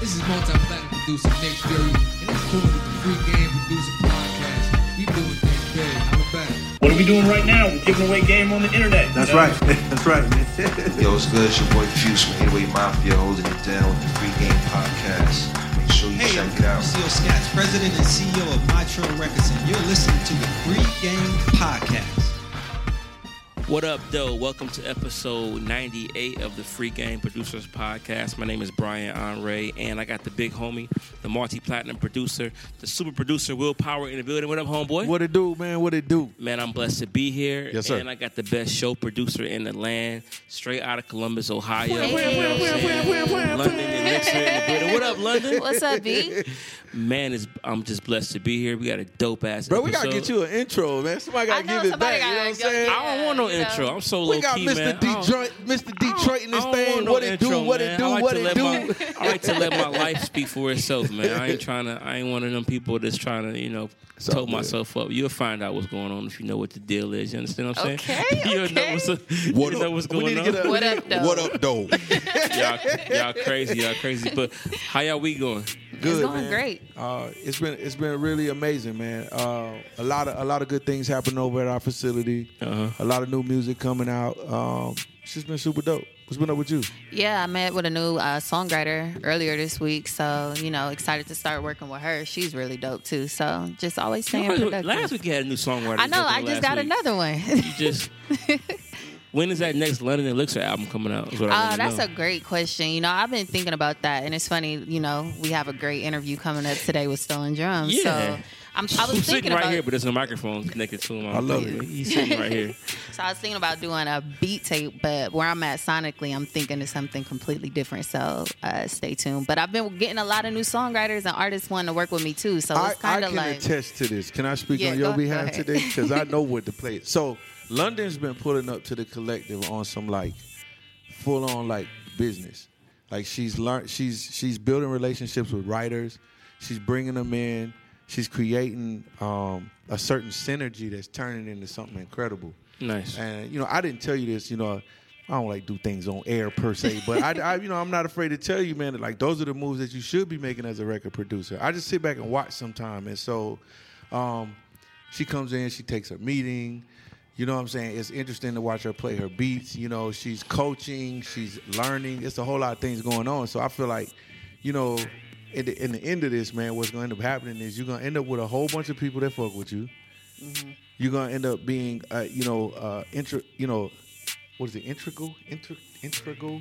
This is multi-platinum producer Nick Fury, and it's cool with the free game producer podcast. We doing things big. I'm back. What are we doing right now? We're giving away game on the internet. That's You know? right. That's right. Yo, what's good? It's your boy Fuse from Gateway Mafia holding it down with the Free Game Podcast. Make sure you Hey, I'm check it out. Lucille Scotts, President and CEO of Matro Records, and you're listening to the Free Game Podcast. What up, though? Welcome to episode 98 of the Free Game Producers Podcast. My name is Brian Onray, and I got the big homie, the multi platinum producer, the super producer, Will Power in the building. What up, homeboy? What it do, man? What it do? Man, I'm blessed to be here. Yes, sir. And I got the best show producer in the land, straight out of Columbus, Ohio. London and Nixon in the building. What up, London? What's up, B? Man, it's, I'm just blessed to be here. We got a dope ass Bro, we gotta get you an intro, man. Somebody I gotta know, give it back. somebody You know gotta what I'm go- saying? I don't want no You know. intro. I'm so We low got key, man. Mr. I don't- Detroit, Mr. Detroit in this I don't thing. want no What it do? intro, What it man. do? I like What to it let do? my- I like to let my life speak for itself, man. I ain't trying to. I ain't one of them people that's trying to, you know, all tow good. myself up. You'll find out what's going on if you know what the deal is. You understand what I'm saying? Okay, You'll know okay. what's, you'll know what's We need going to on. get a- What up, though? What up, though? y'all, y'all crazy. Y'all crazy. But how y'all we going? Good, going man. great. Uh, it's been it's been really amazing, man. Uh, a lot of a lot of good things happening over at our facility. Uh-huh. A lot of new music coming out. Um, it's just been super dope. What's been up with you? Yeah, I met with a new uh, songwriter earlier this week, so you know, excited to start working with her. She's really dope too. So just always staying productive. Last week you had a new songwriter. I know. Last I just got week. another one. You just. When is that next London Elixir album coming out? Is what I Uh, wanna that's know. a great question. You know, I've been thinking about that, and it's funny. You know, we have a great interview coming up today with Stolen Drums. Yeah. So I'm, I was Who's thinking sitting about right here, but there's no microphone connected to him. I love it. He's sitting right here. So I was thinking about doing a beat tape, but where I'm at sonically, I'm thinking of something completely different. So uh, stay tuned. But I've been getting a lot of new songwriters and artists wanting to work with me too. So I, it's I kind of can like attest to this. Can I speak Yeah, on your go- go behalf ahead. today? Because I know what to play. So London's been pulling up to the collective on some like full on like business. Like she's learned, she's she's building relationships with writers. She's bringing them in. She's creating um, a certain synergy that's turning into something incredible. Nice. And you know, I didn't tell you this. You know, I don't like do things on air per se, but I, I you know, I'm not afraid to tell you, man. That, like those are the moves that you should be making as a record producer. I just sit back and watch sometime, and so um, she comes in, she takes her meeting. You know what I'm saying? It's interesting to watch her play her beats. You know, she's coaching, she's learning. It's a whole lot of things going on. So I feel like, you know, in the, in the end of this, man, what's going to end up happening is you're going to end up with a whole bunch of people that fuck with you you're gonna end up being, uh, you know, uh, intra, you know, what is it, integral, inter, integral?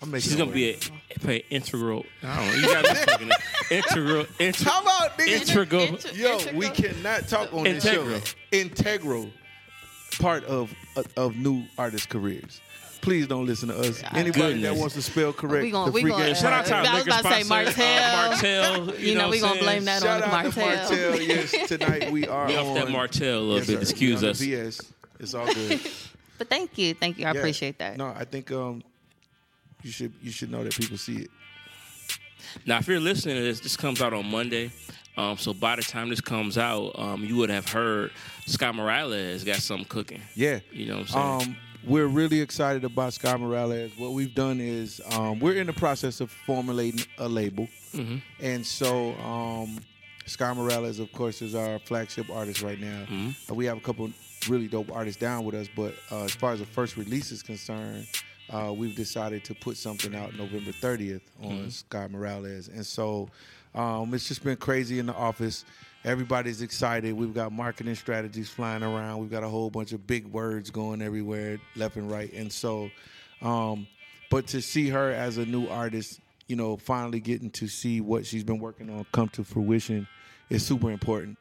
I'm making. She's gonna be a play integral. I don't know. You gotta be fucking integral. Inter, How about niggas? integral? Yo, we cannot talk on Integral. this show. Integral part of of new artist careers. Please don't listen to us. Anybody Goodness. that wants to spell correct, We gonna- the we free gonna- game- Shout out to our I was liquor about to say sponsor, uh, Martell. You, You know, we gonna what I'm blame saying? that Shout on out to Martell. Martell. Yes, tonight we are We off that on- Martell a little Yes, bit. sir. Excuse We on us. the BS. It's all good. But thank you, thank you. I Yeah. appreciate that. No, I think um, you should you should know that people see it. Now, if you're listening to this, this comes out on Monday. Um, so by the time this comes out, um, you would have heard Scott Morales got something cooking. Yeah, You know what I'm saying? um, we're really excited about Sky Morales. What we've done is um, we're in the process of formulating a label, Mm-hmm. and so um, Sky Morales, of course, is our flagship artist right now. Mm-hmm. Uh, We have a couple really dope artists down with us, but uh, as far as the first release is concerned. Uh, we've decided to put something out November 30th on Mm-hmm. Sky Morales. And so um, it's just been crazy in the office. Everybody's excited. We've got marketing strategies flying around. We've got a whole bunch of big words going everywhere, left and right. And so, um, but to see her as a new artist, you know, finally getting to see what she's been working on come to fruition is super important.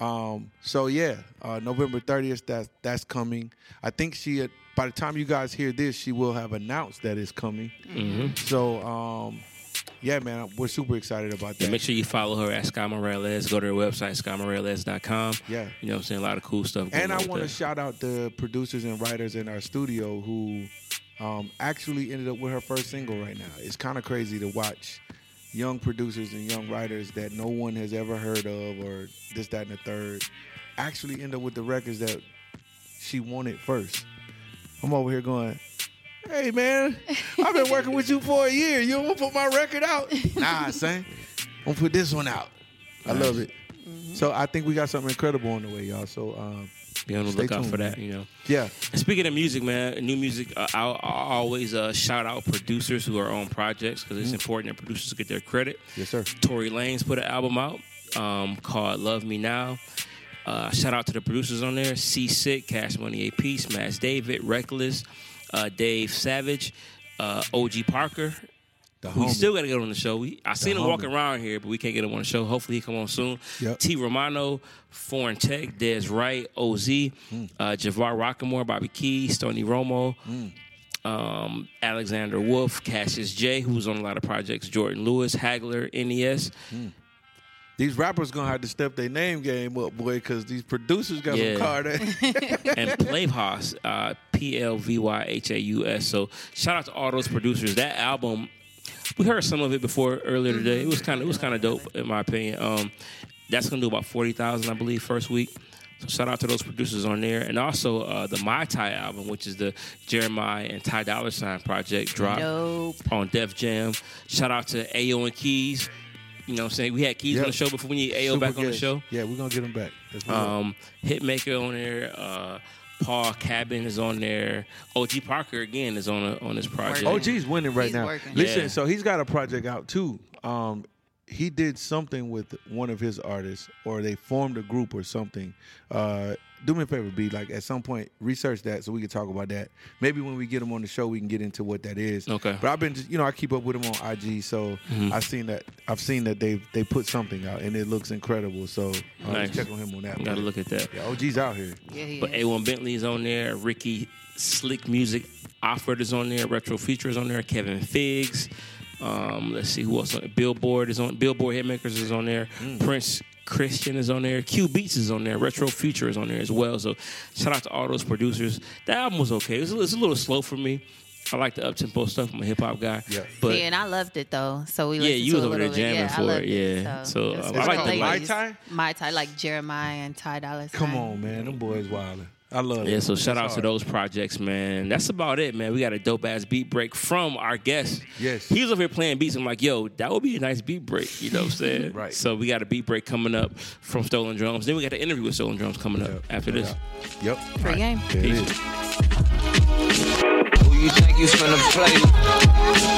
Um, so yeah, uh, November 30th, that's that's coming. I think she had, by the time you guys hear this, she will have announced that it's coming. Mm-hmm. So um, yeah, man, we're super excited about that. Yeah, make sure you follow her at Sky Morales. Go to her website, skymorales.com. Yeah. You know what I'm saying? A lot of cool stuff going And on I with want to that. shout out the producers and writers in our studio who um, actually ended up with her first single right now. It's kind of crazy to watch young producers and young writers that no one has ever heard of or this, that, and the third actually end up with the records that she wanted first. I'm over here going, Hey man, I've been working with you for a year. You don't put my record out? Nah, son. I'm gonna put this one out. I love it. So I think we got something incredible on the way, y'all. So um, Be on the Stay lookout tuned, for that. man. You know. yeah, And speaking of music, man, new music. Uh, I, I always uh, shout out producers who are on projects because it's important that producers get their credit. Yes, sir. Tory Lanez put an album out um, called "Love Me Now." Uh, shout out to the producers on there: C Sick, Cash Money AP, Smash David, Reckless, uh, Dave Savage, uh, OG Parker. the We homie. still got to get on the show. We I seen him homie. walking around here, but we can't get him on the show. Hopefully he come on soon. Yep. T Romano, Foreign Tech, Des Wright, Oz, Hmm. uh, Javar Rockamore, Bobby Key, Stony Romo, Hmm. um, Alexander Wolf, Cassius J, who's on a lot of projects, Jordan Lewis, Hagler, E NES. these rappers gonna have to step their name game up, boy, because these producers got Yeah. some card. and Plavhaus, uh, P L V Y H A U S. So shout out to all those producers. That album, we heard some of it before earlier today. It was kind of it was kind of dope in my opinion. Um, that's gonna do about forty thousand, I believe, first week. So shout out to those producers on there, and also uh, the My Tai album, which is the Jeremiah and Ty Dollar Sign project drop Dope. on Def Jam. Shout out to Ayo and Keys. You know what I'm saying? We had Keys Yep. on the show before we need Ayo Super back on the guest. show. Yeah, we're gonna get them back. That's what we're- Um, Hitmaker on there. Uh, Paul Cabin is on there. OG Parker again is on a, on this project. Working. OG's Oh, winning right He's now. working. Listen, Yeah. so he's got a project out too. Um, he did something with one of his artists, or they formed a group or something. Uh, do me a favor, B. Like at some point, research that so we can talk about that. Maybe when we get him on the show, we can get into what that is. Okay. Mm-hmm. But I've been, just, you know, I keep up with him on IG, so I've seen that. I've seen that they they put something out, and it looks incredible. So uh, Nice. just check on him on that. Got to one. look at that. Yeah, OG's out here. Yeah, he But is. A1 Bentley's on there. Ricky Slick Music Offered is on there. Retro Features on there. Kevin Figs. Um, let's see who else. On Billboard is on. Billboard Hitmakers is on there. Prince Christian is on there. Q Beats is on there. Retro Future is on there as well. So shout out to all those producers. The album was okay. It was, a- it was a little slow for me. I like the up tempo stuff. I'm a hip hop guy. Yeah. But yeah, and I loved it though. So we Yeah, listened you to was a over little there bit. jamming yeah, for I it, loved yeah. So, So, it was um, for I the like the Mai ladies. Tai? Mai Tai, like Jeremiah and Ty Dolla Sign. Come on, man. Them boys wildin'. I love it. Yeah, so shout It's out to hard. those projects, man. That's about it, man. We got a dope ass beat break from our guest. Yes. He was over here playing beats. I'm like, yo, that would be a nice beat break. You know what I'm saying? Right. So we got a beat break coming up from Stolen Drums. Then we got the interview with Stolen Drums coming up after this. Yep. Free game. There it is. Who you think you finna play?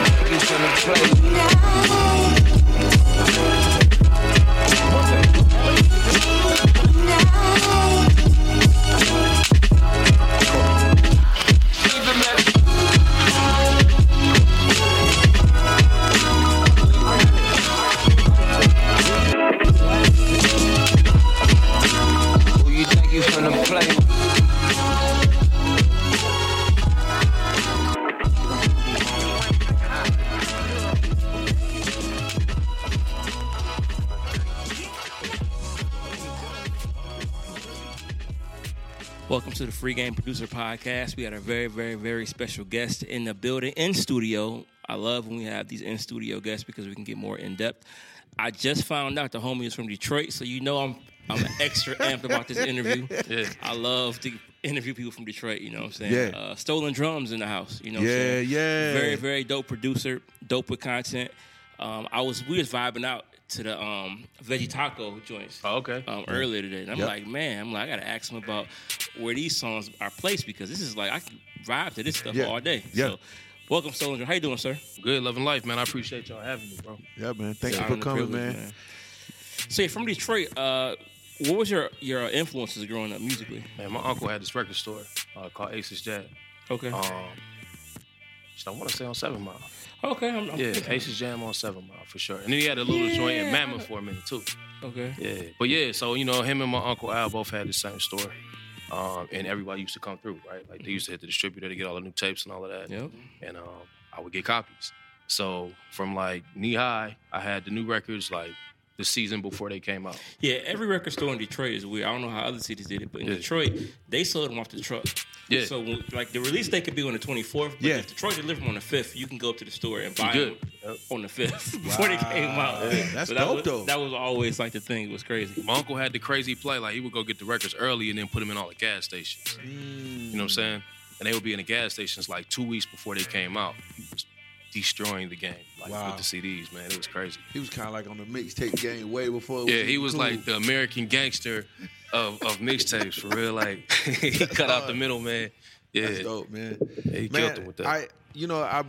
Who you finna play? Who you think you finna play? Welcome to the Free Game Producer Podcast. We had a very, very, very special guest in the building, in studio. I love when we have these in studio guests because we can get more in depth. I just found out the homie is from Detroit, so you know I'm I'm extra amped about this interview. I love to interview people from Detroit. You know what I'm saying? Yeah. Uh, Stolen drums in the house. You know. What I'm Yeah, saying? yeah. Very, very dope producer. Dope with content. Um, I was we was vibing out to the um, veggie taco joints Oh, okay. um, earlier today. And I'm Yep. like, man, I'm like, I gotta ask him about where these songs are placed because this is like I can vibe to this stuff Yeah. all day. Yeah. So welcome, Soldier. How you doing, sir? Good loving life, man. I appreciate y'all having me, bro. Yeah, man. Thank Honor you for and coming, privilege, man. So you're from Detroit. Uh, what was your your influences growing up musically? Man, my uncle had this record store uh, called Aces Jazz. Okay. Um, shit, I want to say on Seven Mile. okay. I'm, I'm Yeah, thinking. Aces Jam on Seven Mile for sure. And then he had a little joint in Mammoth for a minute too. Okay. Yeah, but yeah, so you know, him and my uncle Al both had the same store, um, and everybody used to come through, right? Like they used to hit the distributor to get all the new tapes and all of that. Yep. and um, I would get copies. So from like knee high, I had the new records like the season before they came out. Yeah, every record store in Detroit is weird. I don't know how other cities did it, but in Yeah. Detroit, they sold them off the truck. Yeah. So when, like the release date could be on the 24th, but Yeah. if Detroit delivered them on the 5th, you can go up to the store and buy good. them on the 5th before they came out. That's So that dope, was, though. That was always like the thing. It was crazy. My uncle had the crazy play. Like he would go get the records early and then put them in all the gas stations. You know Mm. what I'm saying? And they would be in the gas stations like two weeks before they came out. He was destroying the game like Wow. with the CDs, man. It was crazy. He was kind of like on the mixtape game way before. It was Yeah, he was cool. like the American gangster of, of mixtapes for real. Like he cut out the middle, man. Yeah, That's dope, man. he man, killed him with that. I, you know, I,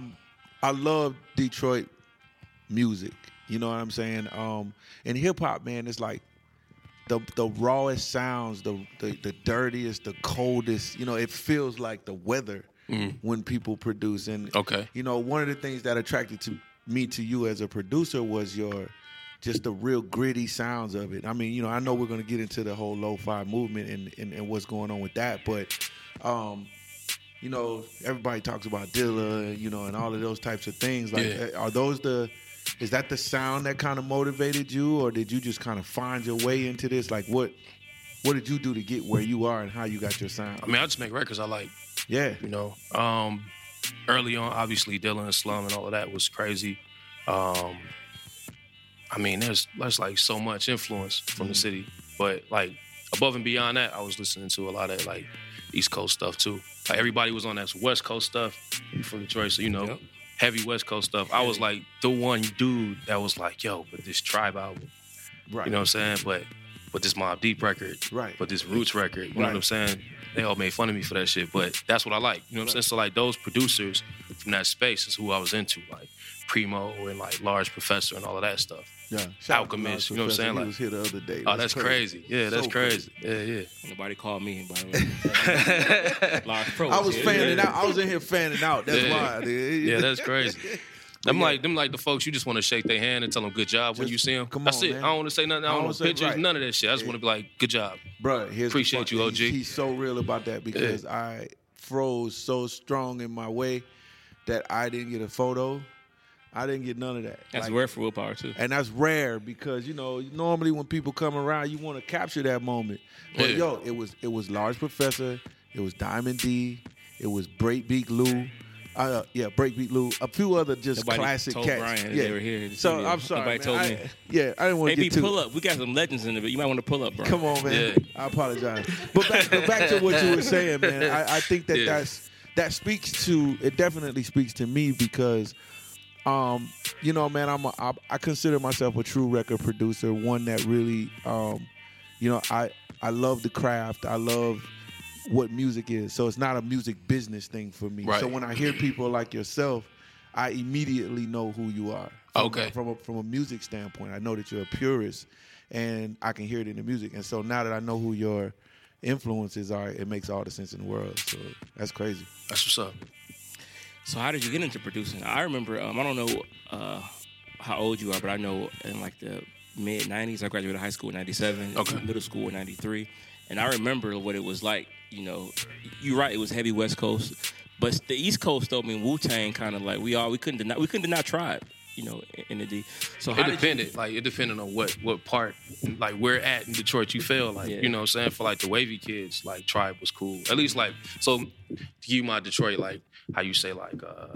I love Detroit music. You know what I'm saying? Um, and hip hop, man, it's like the the rawest sounds, the, the the dirtiest, the coldest. You know, it feels like the weather when people produce. And Mm. Okay. you know, one of the things that attracted to me to you as a producer was your just the real gritty sounds of it. I mean, you know, I know we're gonna get into the whole lo-fi movement and and, and what's going on with that, but um, you know, everybody talks about Dilla, you know, and all of those types of things. Like, Yeah. uh, are those the is that the sound that kind of motivated you, or did you just kind of find your way into this? Like, what what did you do to get where you are, and how you got your sound? I mean, I just make records I like. yeah, you know. Um, early on, obviously, Dylan and Slum and all of that was crazy. Um, I mean, there's there's like so much influence from the city, but like above and beyond that, I was listening to a lot of like East Coast stuff too. Like everybody was on that West Coast stuff from Detroit, so you know, Yep. heavy West Coast stuff. I was like the one dude that was like, "Yo, but this Tribe album, right. you know what I'm saying?" But but this Mob Deep record, Right. But this Roots record, you know Right. what I'm saying? They all made fun of me for that shit, but that's what I like. You know what I'm saying? So like those producers from that space is who I was into, like Primo and like Large Professor and all of that stuff. yeah. Alchemist, you know what Professor, I'm saying? He Like- was here the other day. Oh, that's crazy. Yeah, that's So crazy. Yeah, yeah. Nobody called me. By the way. Large Pro I was here. fanning out. I was in here fanning out. That's Yeah. why. Yeah, that's crazy. Them like them like the folks you just want to shake their hand and tell them good job when Just- you see them. come that's on, it. man. I don't want to say nothing. I don't wanna want say- pictures. right. None of that shit. I just want to be like good job. Bro, here's the Appreciate fuck- you, OG. He's, he's so real about that because I froze so strong in my way that I didn't get a photo. I didn't get none of that. That's Like, rare for willpower too. And that's rare because you know normally when people come around, you want to capture that moment. But Yeah. yo, it was it was Large Professor, it was Diamond D, it was Breakbeat Lou. Uh, yeah, Breakbeat Lou. A few other just Nobody classic told cats. Brian that yeah, they were here in the so studio. I'm sorry. Nobody man. told I- me. Yeah, I didn't want to Maybe get too. pull up. We got some legends in it, but you might want to pull up, bro. Come on, man. I apologize. But back, but back to what you were saying, man. I, I think that Yeah. that's that speaks to it. Definitely speaks to me because, um, you know, man, I'm a, I, I consider myself a true record producer, one that really, um, you know, I I love the craft. I love what music is. So it's not a music business thing for me. Right. So when I hear people like yourself, I immediately know who you are. From- Okay. From a, from a music standpoint, I know that you're a purist, and I can hear it in the music. And so now that I know who your influences are, it makes all the sense in the world. So that's crazy. That's what's up. So how did you get into producing? I remember um, I don't know uh, how old you are, but I know in like the mid '90s, I graduated high school in '97, Okay. middle school in '93, and I remember what it was like. You know, you're right; it was heavy West Coast, but the East Coast though, I mean Wu Tang kind of like we all we couldn't deny we couldn't deny Tribe. You know, in- in the D. So how It did you- depended. Like it depended on what what part, like where at in Detroit you feel. Like Yeah. you know, what I'm saying for like the wavy kids, like Tribe was cool. At least like so, to give you my Detroit like how you say like uh,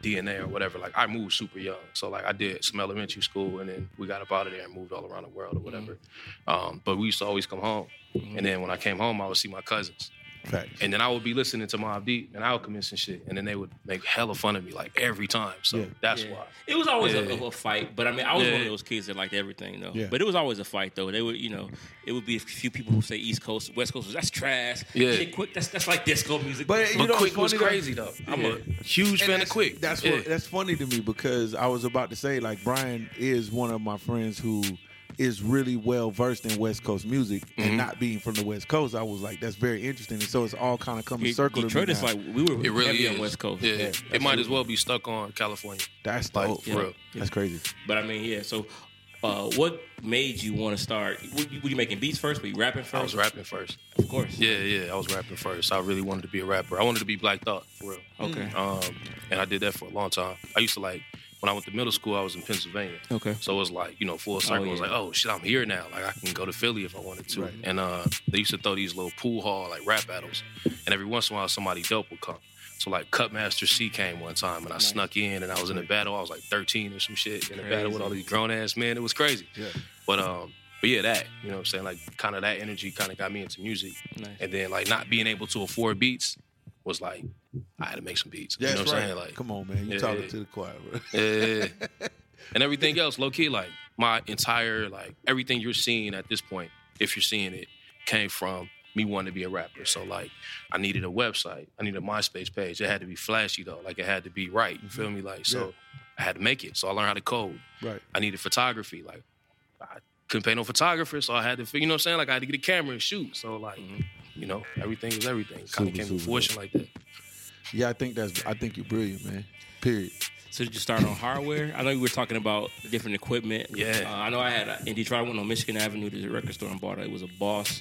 DNA or whatever. Like I moved super young, so like I did some elementary school, and then we got up out of there and moved all around the world or Mm-hmm. whatever. Um, but we used to always come home, and then when I came home, I would see my cousins. Facts. And then I would be listening to Mob Deep and Alchemist and shit, and then they would make hella fun of me like every time. So Yeah. that's Yeah. why. It was always a- Yeah. a, a fight, but I mean, I was Yeah. one of those kids that liked everything though. Yeah. But it was always a fight though. They would, you know, it would be a few people who say East Coast, West Coast, that's trash. Yeah. Shit, quick, that's that's like disco music. But you But know, Quick it's was funny though- crazy though. I'm Yeah. a huge fan of Quick. That's Yeah. what, that's funny to me because I was about to say like Brian is one of my friends who is really well versed in West Coast music Mm-hmm. and not being from the West Coast, I was like, that's very interesting. And so it's all kind of coming It- circle. to me Detroit is now. like we were It really heavy is. on West Coast. Yeah, it might as well be stuck on California. that's like, dope. for real. That's crazy. But I mean, yeah. So, uh, what made you want to start? Were you, were you making beats first? Were you rapping first? I was rapping first. of course. Yeah, yeah, I was rapping first. I really wanted to be a rapper. I wanted to be Black Thought for real. Okay. Um, and I did that for a long time. I used to like when I went to middle school, I was in Pennsylvania. Okay. So it was like, you know, full circle. It was yeah. like, oh shit, I'm here now. Like I can go to Philly if I wanted to. Right. And uh, they used to throw these little pool hall like rap battles, and every once in a while somebody dope would come. So like Cutmaster C came one time, and I snuck in, and I was in a battle. I was like 13 or some shit in a battle with all these grown ass men. It was crazy. Yeah. But um, but yeah, that you know what I'm saying, like kind of that energy kind of got me into music, Nice. and then like not being able to afford beats was like I had to make some beats. That's you know what right. I'm saying? Like Come on, man. You Yeah, talking yeah. to the choir, bro. yeah. and everything else, low key, like my entire like everything you're seeing at this point, if you're seeing it, came from me wanting to be a rapper. So like I needed a website. I needed a MySpace page. It had to be flashy though. Like it had to be right. You Mm-hmm. feel me? Like so I had to make it. So I learned how to code. Right. I needed photography. Like I couldn't pay no photographer, so I had to, you know what I'm saying? Like I had to get a camera and shoot. So like, you know, everything was everything. Kind Mm-hmm. Super, of came to super. fruition like that. Yeah, I think that's. I think you're brilliant, man. Period. So did you start on hardware? I know you were talking about different equipment. Yeah. Uh, I know I had a, in Detroit. I went on Michigan Avenue to the record store and bought it. It was a Boss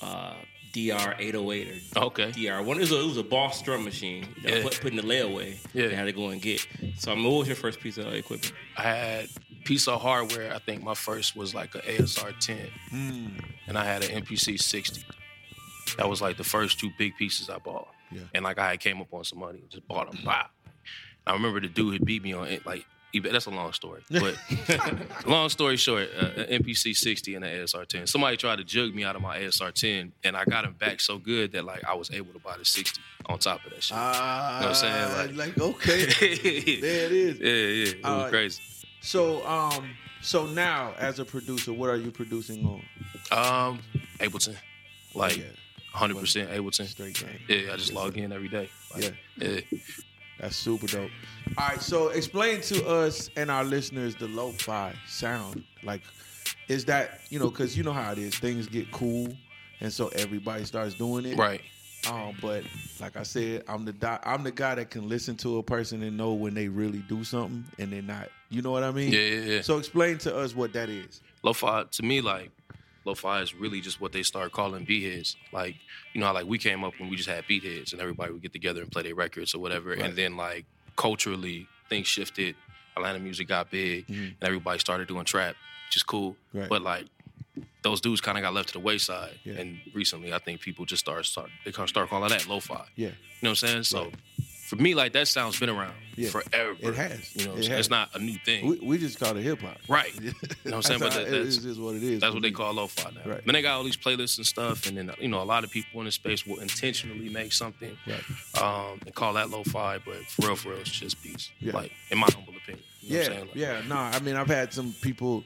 uh, DR 808 or Okay. DR one. It was a, it was a Boss drum machine that I Yeah. put, put in the layaway. Yeah. And I had to go and get. So I mean, what was your first piece of equipment? I had piece of hardware. I think my first was like an ASR 10, Hmm. and I had an MPC 60. That was like the first two big pieces I bought. Yeah. Hmm. And like I had came up on some money, just bought them. Wow. I remember the dude had beat me on it. Like he- that's a long story, but long story short, uh, an MPC 60 and an ASR 10. Somebody tried to jug me out of my ASR 10, and I got him back so good that like I was able to buy the 60 on top of that shit. Ah, Know what I'm saying? like, okay, there it is. yeah, yeah, it was Uh, crazy. So, um, so now as a producer, what are you producing on? Um, Ableton, like Yeah. 100 percent Ableton. Straight game. Yeah, I just log in every day. Like, yeah, That's super dope. All right, so explain to us and our listeners the lo-fi sound. Like, is that you know? Because you know how it is. Things get cool, and so everybody starts doing it. right. Um, but like I said, I'm the doc, I'm the guy that can listen to a person and know when they really do something and they're not. You know what I mean? Yeah, yeah, yeah. So explain to us what that is. Lo-fi to me, like lo-fi is really just what they start calling beat heads. Like you know, how, like we came up when we just had beat heads, and everybody would get together and play their records or whatever. Right. And then like culturally, things shifted. Atlanta music got big, and everybody started doing trap, which is cool. Mm-hmm. Right. But like those dudes kind of got left to the wayside. Yeah. And recently, I think people just start start they kind of start calling that lo-fi. Yeah. You know what I'm saying? So for me, like that sound's been around Yeah. forever. It has. You know, what I'm It has. saying? it's not a new thing. We, we just call it hip hop. right. You know what I'm saying? But that, it's that's just what it is. that's for what they me. call lo-fi now. Right. Then they got all these playlists and stuff, and then you know a lot of people in the space will intentionally make something Right. um, and call that lo-fi, but for real, for real, it's just beats. Yeah. Like in my humble opinion. You yeah, know what I'm saying? Like, yeah. No, I mean I've had some people,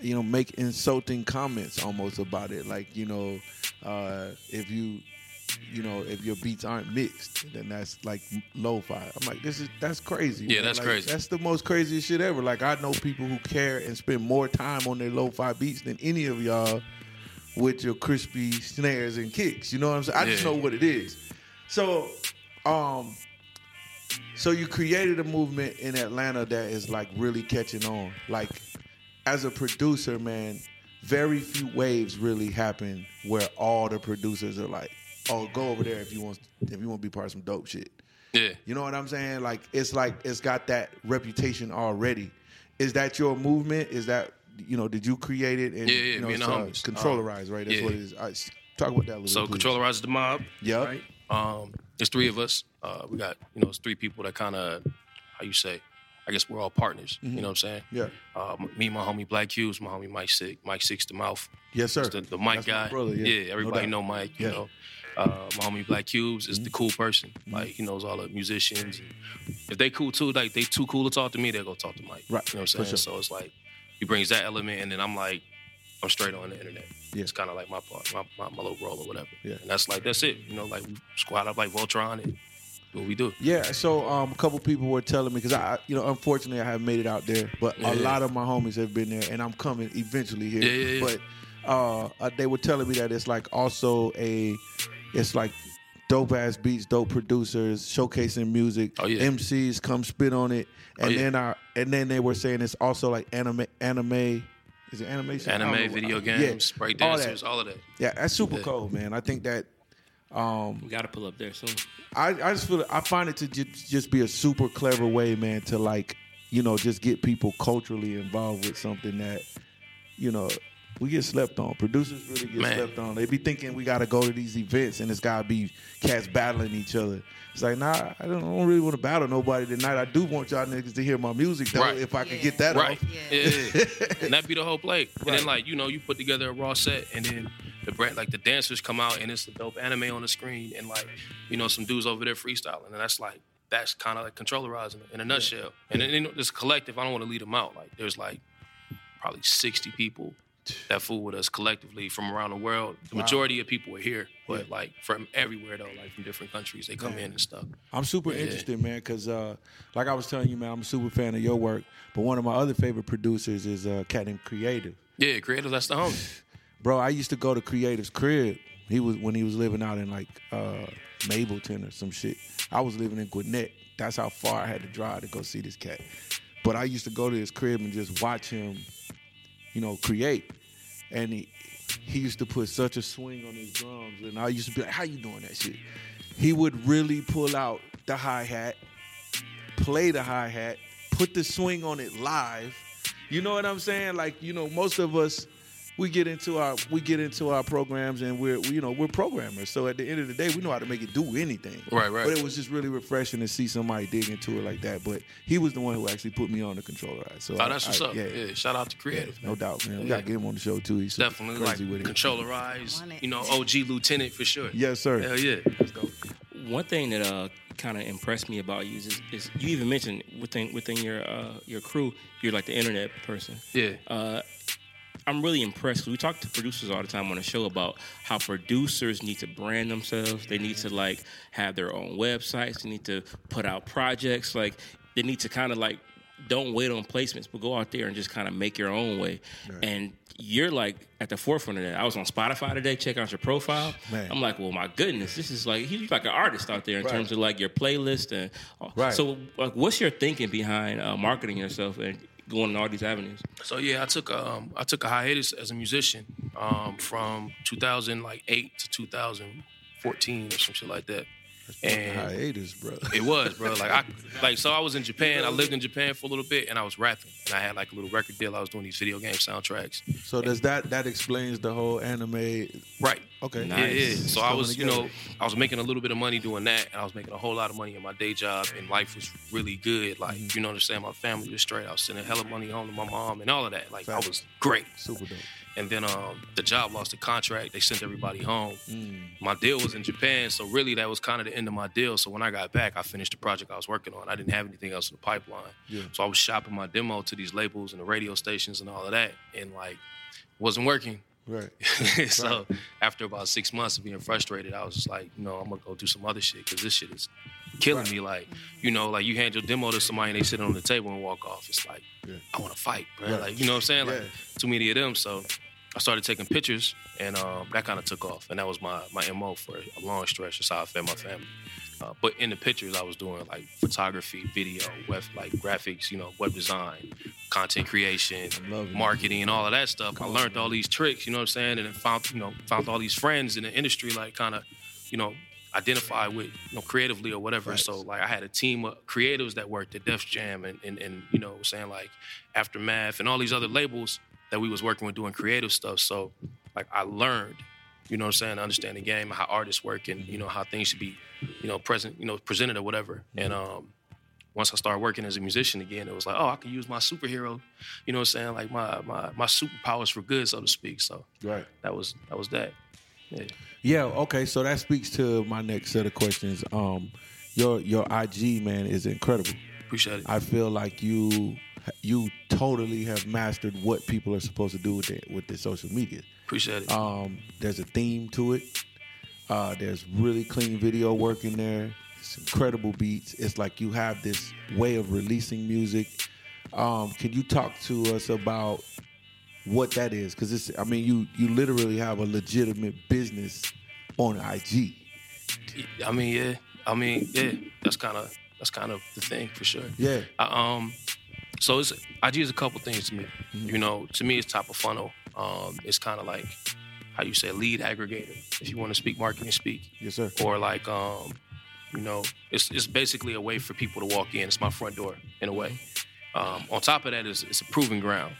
you know, make insulting comments almost about it. Like you know, uh, if you, you know, if your beats aren't mixed, then that's like lo-fi. I'm like, this is that's crazy. Yeah, man. that's Like, crazy. That's the most craziest shit ever. Like I know people who care and spend more time on their lo-fi beats than any of y'all with your crispy snares and kicks. You know what I'm saying? I just Yeah. know what it is. So, um, so you created a movement in Atlanta that is like really catching on. Like, as a producer, man, very few waves really happen where all the producers are like, "Oh, go over there if you want if you want to be part of some dope shit." Yeah. You know what I'm saying? Like, it's like it's got that reputation already. Is that your movement? Is that you know? Did you create it? And, Yeah, yeah, you know, me and it's, the uh, homies. Controllerize, right? That's yeah. what it is. All right, s- talk about that a little. So please. controllerizes the mob. Yep. Right. Um, there's three of us. Uh, we got you know it's three people that kind of how you say. I guess we're all partners. You know what I'm saying? Mm-hmm. Yeah. Uh, m- me, and my homie Black Hughes, my homie Mike Six, Mike Six the Mouth. Yes, sir. It's The, the Mike That's my guy. brother, yeah. No everybody doubt. know Mike. You Yeah. know, uh, my homie Black Cubes is the cool person. Mm-hmm. Like he knows all the musicians. If they cool too, like they too cool to talk to me, they go talk to Mike. Right, You know what for I'm saying? sure. So it's like he brings that element, and then I'm like, I'm straight on the internet. Yeah. It's kind of like my part, my, my, my little role or whatever. Yeah. And that's like that's it. You know, like we squad up like Voltron and do what we do. Yeah, so um, a couple people were telling me because I, you know, unfortunately I haven't made it out there, but Yeah. a lot of my homies have been there, and I'm coming eventually here. Yeah, yeah, yeah. But uh, uh, they were telling me that it's like also a, it's like dope ass beats, dope producers showcasing music. Oh, yeah. Oh, MCs come spit on it, and yeah. then our, and then they were saying it's also like anime, anime. Is it animation? I don't know. Anime, video Yeah, games, break all that. dancers, all, of that. Yeah, that's super Yeah. cool, man. I think that um, We got to pull up there soon. I, I just feel I find it to ju- just be a super clever way, man, to like you know, just get people culturally involved with something that, you know, we get slept on. Producers really get Man. slept on. They be thinking we gotta go to these events and it's gotta be cats battling each other. It's like, nah, I don't, I don't really want to battle nobody tonight. I do want y'all niggas to hear my music though, Right. if I could Yeah. get that Right. off. Yeah. and that be the whole play. And Right. then like, you know, you put together a raw set and then the brand like the dancers come out and it's a dope anime on the screen and like, you know, some dudes over there freestyling. And that's like that's kind of like controllerizing it in a nutshell. And then you know, this collective, I don't want to leave them out. Like there's like probably 60 people that fool with us collectively from around the world. The majority of people are here, but like from everywhere though, like from different countries, they come in and stuff. I'm super interested, man, because uh, like I was telling you, man, I'm a super fan of your work. But one of my other favorite producers is a cat named Creative. Yeah, creative, that's the homie. Bro, I used to go to Creative's crib. He was when he was living out in like uh, Mableton or some shit. I was living in Gwinnett. That's how far I had to drive to go see this cat. But I used to go to his crib and just watch him, you know, create. And he, he used to put such a swing on his drums, and I used to be like, "How you doing that shit?" He would really pull out the hi hat, play the hi hat, put the swing on it live. You know what I'm saying? Like you know, most of us we get into our we get into our programs and we're we, you know we're programmers. So at the end of the day, we know how to make it do anything. Right, right. But it was just really refreshing to see somebody dig into it like that. But he was the one who actually put me on the controller. So Oh, that's what's I- up. Yeah. shout out to creative. no doubt, man. We gotta get him on the show too. He's Definitely like crazy with it. Want controllerized, it. you know, OG lieutenant for sure. Yes, sir. Hell yeah. One thing that uh, kind of impressed me about you is, is you even mentioned within within your uh, your crew, you're like the internet person. Yeah. I'm really impressed. 'cause We talk to producers all the time on the show about how producers need to brand themselves. They need to like have their own websites. They need to put out projects. Like they need to kind of like don't wait on placements, but go out there and just kind of make your own way. And you're like at the forefront of that. I was on Spotify today. Check out your profile. Man. I'm like, well, my goodness, this is like he's like an artist out there in terms of like your playlist and Right. So, like, what's your thinking behind uh, marketing yourself and going on all these avenues? So yeah, I took um I took a hiatus as a musician um from 2008 to 2014 or some shit like that. And hiatus, bro. it was, bro. Like I like so I was in Japan. I lived in Japan for a little bit and I was rapping and I had like a little record deal. I was doing these video game soundtracks. So does that that explains the whole anime? Right. Okay, Yeah, yeah. So I Coming was, you together. know, I was making a little bit of money doing that, and I was making a whole lot of money in my day job, and life was really good. Like, Mm-hmm. you know what I'm saying? My family was straight. I was sending hella money home to my mom and all of that. Like, Facts. I was great. super dope. And then um, the job lost the contract. They sent everybody home. Mm. My deal was in Japan, so really that was kind of the end of my deal. So when I got back, I finished the project I was working on. I didn't have anything else in the pipeline. So I was shopping my demo to these labels and the radio stations and all of that, and like wasn't working. Right. so after about six months of being frustrated, I was just like, no, I'm gonna go do some other shit because this shit is killing me. Like, you know, like you hand your demo to somebody and they sit on the table and walk off. It's like, I want to fight, bro. Like, you know what I'm saying? Like, Yeah. too many of them. So I started taking pictures, and um, that kind of took off. And that was my my mo for a long stretch. That's how I fed my family. Uh, but in the pictures, I was doing like photography, video, web, like graphics, you know, web design, content creation, Love it. marketing, and all of that stuff. I learned all these tricks, you know what I'm saying, and then found you know found all these friends in the industry, like kind of, you know, identify with you know creatively or whatever. So like I had a team of creatives that worked at Def Jam and and, and you know what I'm saying like Aftermath and all these other labels that we was working with doing creative stuff. So like I learned, you know what I'm saying, to understand the game, how artists work and you know how things should be, you know, present, you know, presented or whatever. And Mm-hmm. um once I started working as a musician again, it was like, oh, I can use my superhero, you know what I'm saying? Like my my my superpowers for good, so to speak. So Right. that was that was that. Yeah. Yeah. Okay. So that speaks to my next set of questions. Um, your your IG man is incredible. Appreciate it. I feel like you you totally have mastered what people are supposed to do with their, with their social media. Appreciate it. Um, there's a theme to it. Uh, there's really clean video work in there. It's incredible beats. It's like you have this way of releasing music. Um, can you talk to us about what that is? Because it's, I mean, you you literally have a legitimate business on IG. I mean, yeah. I mean, yeah. That's kind of that's kind of the thing for sure. Yeah. I, um, so it's IG is a couple things to me. You know, to me, it's top of funnel. Um, it's kind of like how you say lead aggregator. If you want to speak marketing, speak. Yes, sir. Or like, um, you know, it's it's basically a way for people to walk in. It's my front door in a way. Um, on top of that, is it's a proven ground.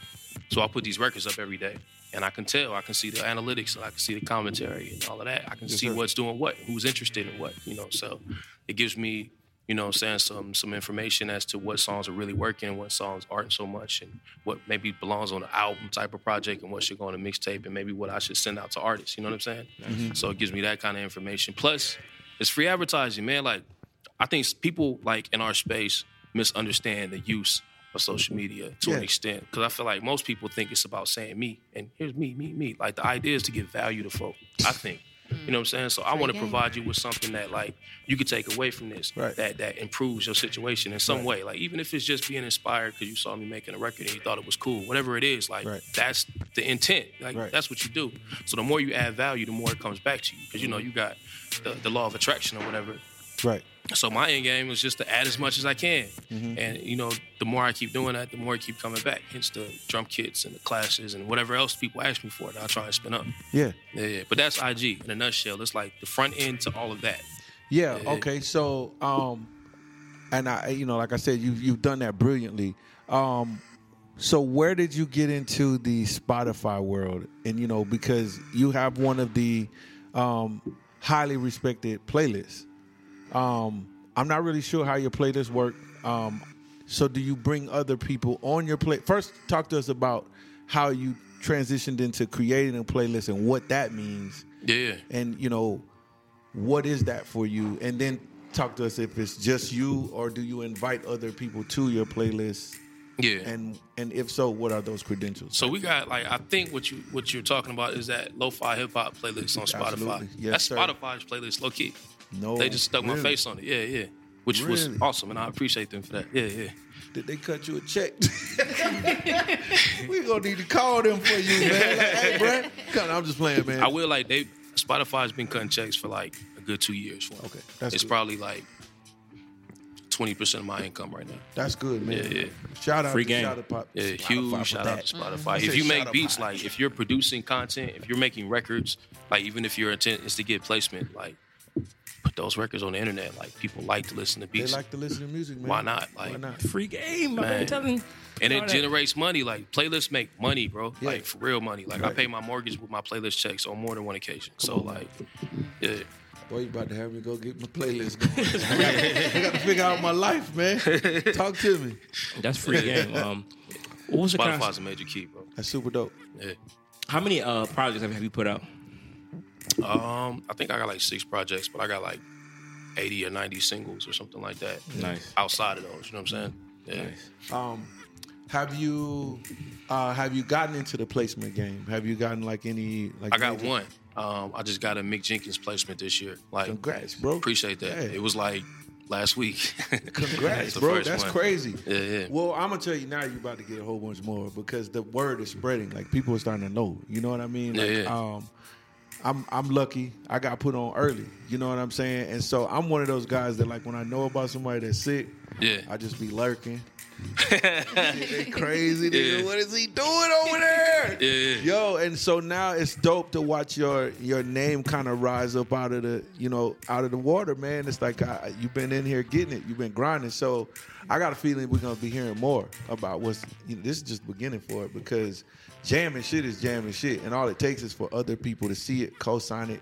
So I put these records up every day, and I can tell, I can see the analytics, and I can see the commentary and all of that. I can see sir. what's doing what, who's interested in what, you know. So it gives me, you know, what I'm saying some some information as to what songs are really working and what songs aren't so much, and what maybe belongs on an album type of project and what should go on a mixtape, and maybe what I should send out to artists. You know what I'm saying? So it gives me that kind of information. Plus, it's free advertising, man. Like I think people like in our space misunderstand the use of social media to an Yeah. extent because I feel like most people think it's about saying me and here's me, me, me. Like the idea is to give value to folk. I think. You know what I'm saying? So I want to game. provide you with something that like you can take away from this Right. that that improves your situation in some way. Like even if it's just being inspired because you saw me making a record and you thought it was cool, whatever it is, like Right. that's the intent. Like Right. that's what you do. So the more you add value, the more it comes back to you because you know you got the, the law of attraction or whatever. Right. So my end game is just to add as much as I can, and you know, the more I keep doing that, the more I keep coming back. Hence the drum kits and the classes and whatever else people ask me for, that I try and spin up. Yeah. Yeah, yeah. but that's IG in a nutshell. It's like the front end to all of that. Yeah. Okay. So, um, and I, you know, like I said, you you've done that brilliantly. Um, so where did you get into the Spotify world? And you know, because you have one of the um, highly respected playlists. Um, I'm not really sure how your playlist work. Um, so do you bring other people on your play? First, talk to us about how you transitioned into creating a playlist and what that means Yeah. and you know what is that for you and then talk to us if it's just you or do you invite other people to your playlist Yeah. and and if so what are those credentials So we got like I think what you what you're talking about is that lo-fi hip hop playlist on Spotify. Absolutely. Yes, That's sir. Spotify's playlist, low key. no they just stuck my really? face on it. Yeah, yeah. Which Really? was awesome, and I appreciate them for that. Yeah, yeah. did they cut you a check we gonna need to call them for you man like, hey Brad come on, I'm just playing man I will like they Spotify's been cutting checks for like a good two years. For me. Okay, that's it's good. probably like twenty percent of my income right now. that's good man Yeah, yeah. shout out Free to game. shout out pop Yeah, Spotify for huge shout out that. to Spotify. said If you shout make out beats, Spotify. like if you're producing content, if you're making records, like even if your intent is to get placement, like put those records on the internet. Like people like to listen to they beats. like to listen to music man Why not? why Like, not Free game, man. Man. Tell me. and All it that. generates money. Like playlists make money, bro. Yeah. Like for real money. Like I pay my mortgage with my playlist checks on more than one occasion. so like, yeah, Boy, you about to have me go get my playlist going. I got to figure out my life, man. Talk to me. That's free game. Um, what was the kind Spotify's a major key, bro. That's super dope. Yeah. How many uh, projects have have you put out? Um, I think I got like six projects, but I got like eighty or ninety singles or something like that. Nice. Outside of those, you know what I'm saying? Yeah. Um, have you uh, have you gotten into the placement game? Have you gotten like any like? I got major- one. Um, I just got a Mick Jenkins placement this year. Like, Congrats, bro. Appreciate that. Yeah. It was like last week. Congrats, the bro. first That's one. crazy. Yeah, yeah. Well, I'm gonna tell you now. You're about to get a whole bunch more because the word is spreading. Like people are starting to know. You know what I mean? Yeah, Like, yeah. Um, I'm I'm lucky. I got put on early. You know what I'm saying? And so I'm one of those guys that like when I know about somebody that's sick, Yeah. I just be lurking. They crazy nigga. Yeah. What is he doing over there? Yeah, yeah. Yo, and so now it's dope to watch your your name kind of rise up out of the you know out of the water, man. It's like uh, you've been in here getting it, you've been grinding. So I got a feeling we're gonna be hearing more about what's you know, this is just beginning for it because jamming shit is jamming shit, and all it takes is for other people to see it, co-sign it,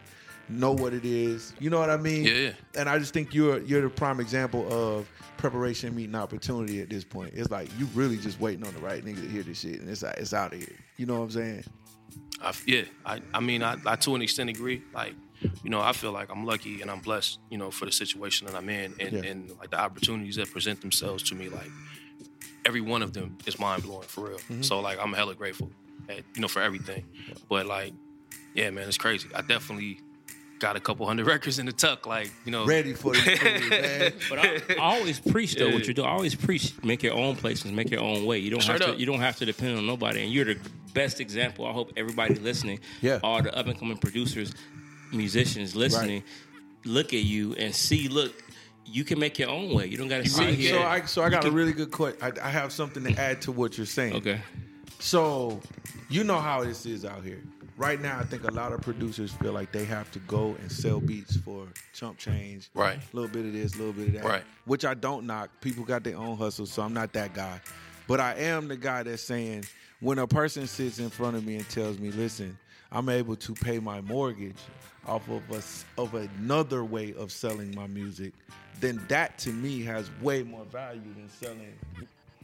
know what it is. You know what I mean? Yeah, yeah. And I just think you're you're the prime example of preparation meeting opportunity at this point. It's like you really just waiting on the right nigga to hear this shit, and it's out- it's out of here. You know what I'm saying? I, yeah, I, I mean, I, I to an extent agree. Like, you know, I feel like I'm lucky and I'm blessed, you know, for the situation that I'm in and, Yeah. and like the opportunities that present themselves to me. Like, every one of them is mind blowing for real. Mm-hmm. So, like, I'm hella grateful, eh, you know, for everything. But, like, yeah, man, it's crazy. I definitely got a couple hundred records in the tuck, like, you know. Ready for this food, man. But I, I always preach though what Yeah. you do. I always preach make your own places, make your own way. You don't Straight have to up. you don't have to depend on nobody. And you're the best example. I hope everybody listening, Yeah. all the up and coming producers, musicians listening, look at you and see, look, you can make your own way. You don't gotta All sit right, here. so I so I got a really good question. I, I have something to add to what you're saying. okay. So you know how this is out here. Right now, I think a lot of producers feel like they have to go and sell beats for chump change. Right. A little bit of this, a little bit of that. Right. Which I don't knock. People got their own hustle, so I'm not that guy. But I am the guy that's saying when a person sits in front of me and tells me, "Listen, I'm able to pay my mortgage off of us of another way of selling my music," then that to me has way more value than selling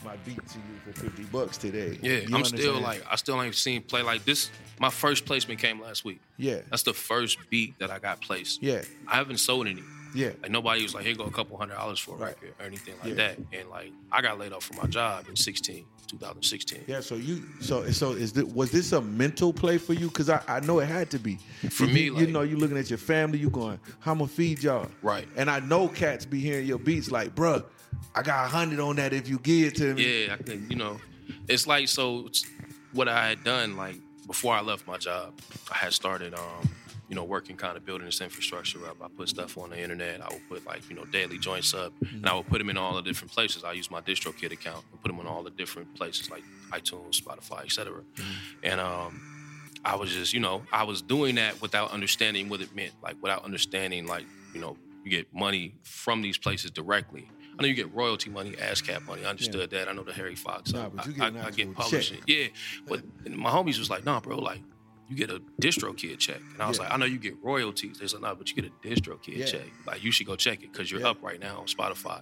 my beat to you for 50 bucks today. Yeah, You I'm still understand? like I still ain't seen play like this. My first placement came last week. Yeah. That's the first beat that I got placed. Yeah. I haven't sold any. Yeah. Like nobody was like, here go a couple hundred dollars for a Right. record or anything like Yeah. that. And like I got laid off from my job in 16, 2016. Yeah, so you so so is this, was this a mental play for you? Because I, I know it had to be. For you, me, you like- know, you looking at your family, you going, "How I'ma feed y'all?" Right. And I know cats be hearing your beats like, "Bruh, I got a hundred on that if you give it to me." Yeah, I can, you know, it's like so. It's what I had done, like before I left my job, I had started, um, you know, working kind of building this infrastructure up. I put stuff on the internet. I would put like you know daily joints up, and I Mm-hmm. would put them in all the different places. I used my DistroKid account and put them on all the different places like iTunes, Spotify, etc. Mm-hmm. And um, I was just, you know, I was doing that without understanding what it meant, like without understanding, like, you know, you get money from these places directly. I know you get royalty money, ASCAP money. I understood that. I know the Harry Fox. Nah, I- but you I, get an I, I actual get publishing. check. Yeah, but my homies was like, nah, bro, like, you get a distro kid check. And I was Yeah. like, I know you get royalties. They said, nah, but you get a distro kid Yeah. check. Like, you should go check it because you're Yeah. up right now on Spotify.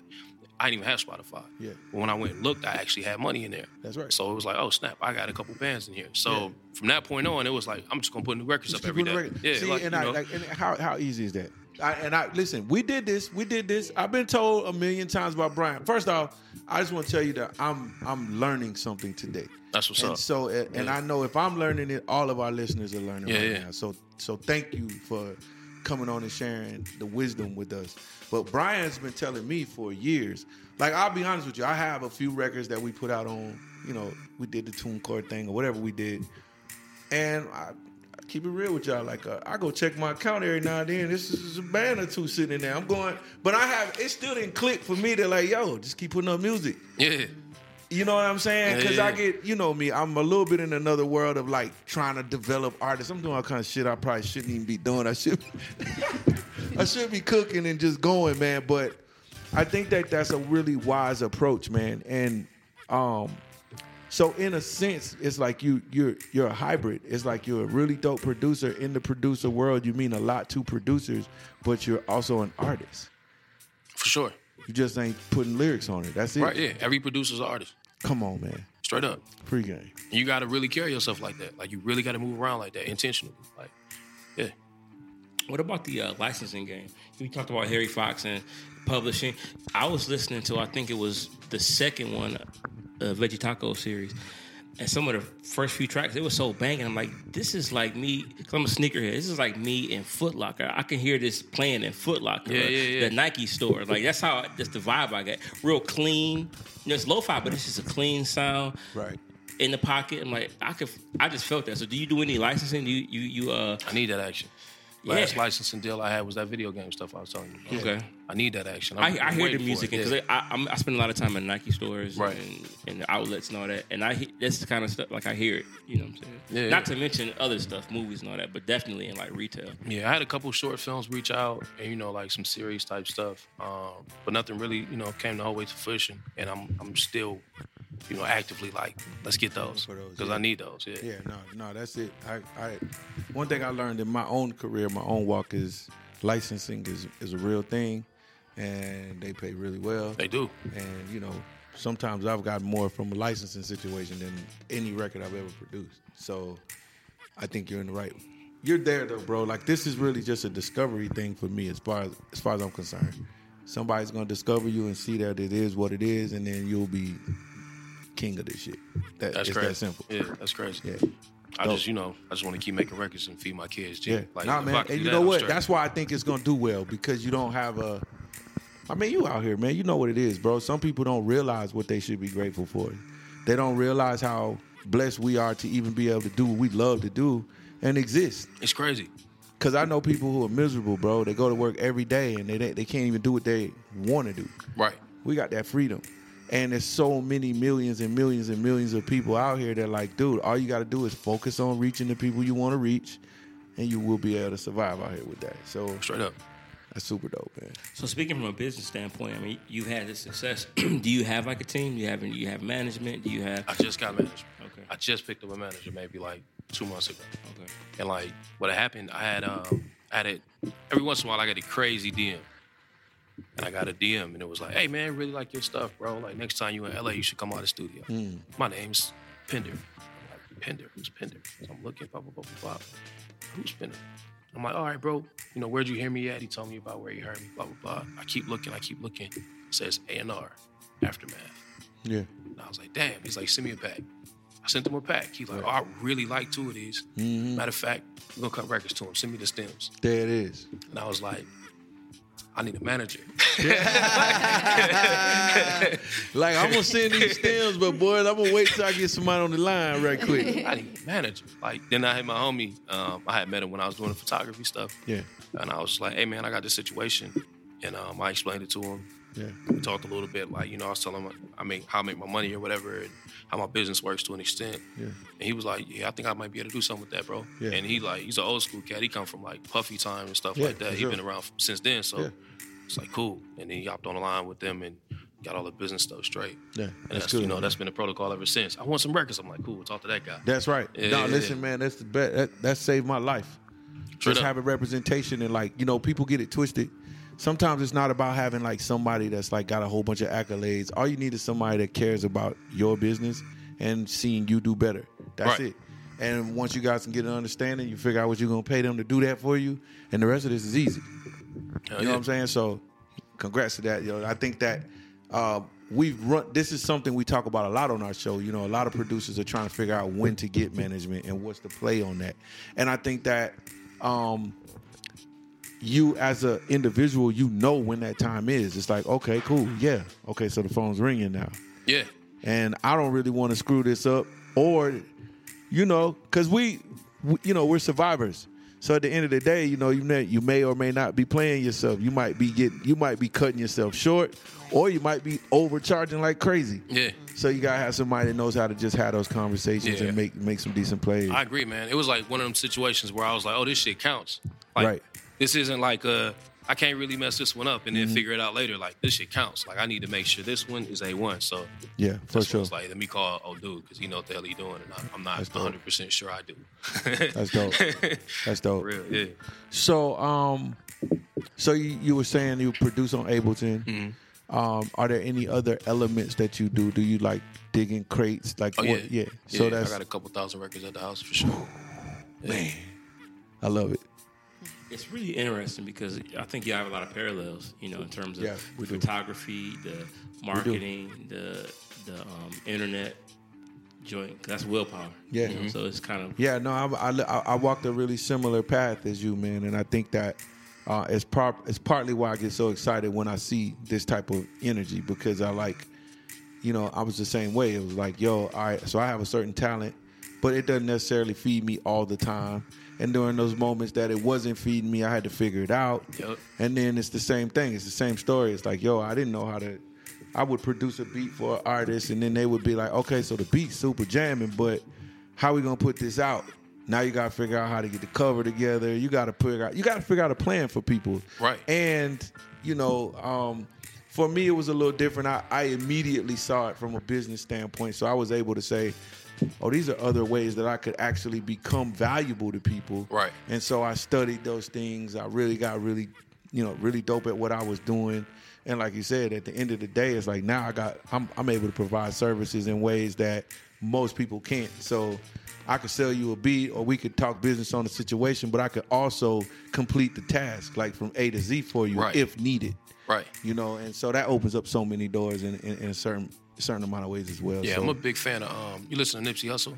I didn't even have Spotify. Yeah. But when I went and looked, I actually had money in there. That's right. So it was like, oh snap, I got a couple bands in here. So Yeah. from that point on, it was like I'm just gonna put new records Just up keep every on the day. record. Yeah, See, like, and you I know, like, and how how easy is that? I, and I listen. We did this. We did this. I've been told a million times by Brian. First off, I just want to tell you that I'm I'm learning something today. That's what's and up. So and and Yeah. I know if I'm learning it, all of our listeners are learning Yeah, right yeah. now. So so thank you for coming on and sharing the wisdom with us. But Brian's been telling me for years. Like I'll be honest with you, I have a few records that we put out on. You know, we did the TuneCore thing or whatever we did. And I, I keep it real with y'all. Like uh, I go check my account every now and then. This is a band or two sitting in there. I'm going, but I have it still didn't click for me to like, yo, just keep putting up music. yeah, You know what I'm saying? Because I Yeah. get, you know me, I'm a little bit in another world of like trying to develop artists. I'm doing all kind of shit I probably shouldn't even be doing. I should, I should be cooking and just going, man. But I think that that's a really wise approach, man. And um, so in a sense, it's like you you're you're a hybrid. It's like you're a really dope producer in the producer world. You mean a lot to producers, but you're also an artist. for sure. You just ain't putting lyrics on it. That's it. Right, yeah. Every producer's an artist, Come on, man. straight up. Pre-game. You got to really carry yourself like that. Like you really got to move around like that intentionally. Like, yeah, What about the uh, licensing game? You talked about Harry Fox and publishing. I was listening to, I think it was the second one, uh, Veggie Taco series, and some of the first few tracks, it was so banging. I'm like, this is like me, because I'm a sneakerhead. This is like me in Foot Locker. I can hear this playing in Foot Locker, Yeah, or yeah, yeah. the Nike store. Like, that's how, that's the vibe I got. Real clean. You know, it's lo fi, but it's just a clean sound Right. in the pocket. I'm like, I could, I just felt that. So, do you do any licensing? Do you, you, you, uh, I need that action. Last Yeah. licensing deal I had was that video game stuff I was telling you. About. Okay. I need that action. I'm- I, I I'm hear the waiting for music it, because yeah. I, I'm- I spend a lot of time in Nike stores Right. and, and the outlets and all that, and I he- that's the kind of stuff like I hear it. You know what I'm saying? Yeah, Not yeah. to mention other stuff, movies and all that, but definitely in like retail. Yeah, I had a couple short films reach out, and you know, like some serious type stuff, um, but nothing really, you know, came the whole way to fruition. And I'm, I'm still, you know, actively like, let's get those For those, because yeah. I need those. Yeah, Yeah, no, no, that's it. I, I, one thing I learned in my own career, my own walk is licensing is is a real thing, and they pay really well. they do. And you know, sometimes I've gotten more from a licensing situation than any record I've ever produced. So, I think you're in the right. You're there though, bro. Like this is really just a discovery thing for me, as far as as far as I'm concerned. Somebody's gonna discover you and see that it is what it is, and then you'll be king of this shit. That, That's it's crazy. that simple. Yeah, that's crazy. Yeah. I Dope. just, you know, I just want to keep making records and feed my kids. G. Yeah, like, nah, if I man. could And you do that, know I'm what? straight. That's why I think it's gonna do well because you don't have a. I mean, you out here, man. You know what it is, bro. Some people don't realize what they should be grateful for. They don't realize how blessed we are to even be able to do what we love to do and exist. it's crazy. Cause I know people who are miserable, bro. They go to work every day and they they can't even do what they want to do. Right. We got that freedom. And there's so many millions and millions and millions of people out here that like, dude, all you got to do is focus on reaching the people you want to reach, and you will be able to survive out here with that. So Straight up. That's super dope, man. So speaking from a business standpoint, I mean, you've had this success. Do you have like a team? You have you have management? Do you have? I just got management. Okay. I just picked up a manager maybe like two months ago. Okay. And like what happened, I had um I had it every once in a while I got a crazy DM. And I got a DM and it was like, hey man, really like your stuff, bro. Like next time you in LA, you should come out of the studio. My name's Pender. I'm like, Pender, who's Pender? So I'm looking, blah, blah, blah, blah, blah. Who's Pender? I'm like, all right, bro, you know, where'd you hear me at? He told me about where you heard me, blah, blah, blah. I keep looking, I keep looking. It says A and R, aftermath. Yeah. And I was like, damn. He's like, send me a pack. I sent him a pack. He's like, oh, I really like two of these. Matter of fact, we're gonna cut records to him. Send me the stems. There it is. And I was like, I need a manager. Like I'm gonna send these stems, but boys, I'm gonna wait till I get somebody on the line right quick. I need a manager. Like then I had my homie. Um, I had met him when I was doing the photography stuff. Yeah. And I was like, hey man, I got this situation. And um, I explained it to him. Yeah. We talked a little bit, like you know, I was telling him I make how I make my money or whatever, and how my business works to an extent. Yeah. And he was like, "Yeah, I think I might be able to do something with that, bro." Yeah. And he like, he's an old school cat. He come from like Puffy time and stuff Yeah, like that. for He's sure. been around since then, so Yeah. it's like cool. And then he hopped on the line with them and got all the business stuff straight. Yeah, and that's that's, good, you know man. that's been the protocol ever since. I want some records. I'm like, cool. Talk to that guy. That's right. Yeah, no, yeah, listen, yeah. man, that's the best. That, that saved my life. Straight Just up. having representation and like you know, people get it twisted. Sometimes it's not about having like somebody that's like got a whole bunch of accolades. All you need is somebody that cares about your business and seeing you do better. That's Right. it. And once you guys can get an understanding, you figure out what you're gonna pay them to do that for you, and the rest of this is easy. Hell You know yeah. what I'm saying? So, congrats to that. You know, I think that uh, we've run. This is something we talk about a lot on our show. You know, a lot of producers are trying to figure out when to get management and what's the play on that. And I think that um, you, as an individual, you know when that time is. It's like, okay, cool, yeah, okay. So the phone's ringing now Yeah, and I don't really want to screw this up or you know cuz we, we you know we're survivors so at the end of the day you know you may, you may or may not be playing yourself you might be getting you might be cutting yourself short or you might be overcharging like crazy yeah. so you got to have somebody that knows how to just have those conversations Yeah. and make make some decent plays I agree, man. It was like one of them situations where I was like, oh, this shit counts. Like, Right. This isn't like uh, I can't really mess this one up and Mm-hmm. then figure it out later. Like this shit counts. Like I need to make sure this one is a one. So yeah for That's when sure It's like, let me call old dude because he know what the hell he doing, and I, I'm not That's dope. 100 percent sure I do. that's dope that's dope For real, yeah. So, um, so you, you were saying you produce on Ableton. Mm-hmm. Um, are there any other elements that you do? Do you like digging crates? Like, Oh yeah, what- So that's I got a couple thousand records at the house for sure. man, I love it. It's really interesting because I think you have a lot of parallels, you know, in terms of Yeah, we do. photography, the marketing, the the um, internet joint. 'cause That's willpower. you Yeah. know, So it's kind of Yeah, no, I, I, I walked a really similar path as you, man, and I think that uh, it's par- it's partly why I get so excited when I see this type of energy because I like, you know, I was the same way. It was like, yo, all right, so I have a certain talent, but it doesn't necessarily feed me all the time. And during those moments that it wasn't feeding me, I had to figure it out. Yup. And then it's the same thing. It's the same story. It's like, yo, I didn't know how to. I would produce a beat for an artist, and then they would be like, okay, so the beat's super jamming, but how we gonna put this out? Now you gotta figure out how to get the cover together. You gotta figure out. You gotta figure out a plan for people. Right. And you know, um, for me, it was a little different. I, I immediately saw it from a business standpoint, so I was able to say, oh, these are other ways that I could actually become valuable to people. Right. And so I studied those things. I really got really, you know, really dope at what I was doing. And like you said, at the end of the day, it's like now I got I'm I'm able to provide services in ways that most people can't. So I could sell you a beat or we could talk business on the situation, but I could also complete the task like from A to Z for you Right. if needed. Right. You know, and so that opens up so many doors in, in, in a certain certain amount of ways as well. Yeah, so, I'm a big fan of. Um, you listen to Nipsey Hussle?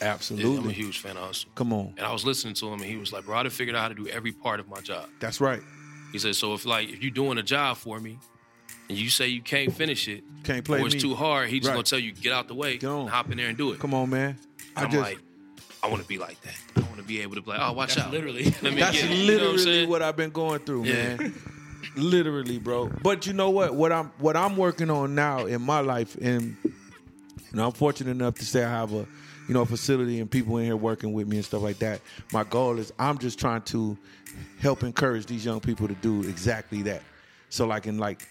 Yeah, absolutely. I'm a huge fan of Hussle. Come on. And I was listening to him, and he was like, "Bro, I done figured out how to do every part of my job." That's right. He said, "So if like if you doing a job for me, and you say you can't finish it, Can't play or it's me. too hard, he just Right. gonna tell you get out the way, Get on. and hop in there and do it." Come on, man. I I'm just like, I want to be like that. I want to be able to play. Oh, watch that's out! literally. Let me That's get it. literally You know what I'm saying? what I've been going through, Yeah. man. literally, bro. But you know what? What I'm what I'm working on now in my life, and and I'm fortunate enough to say I have a you know, facility and people in here working with me and stuff like that. My goal is I'm just trying to help encourage these young people to do exactly that. So like in like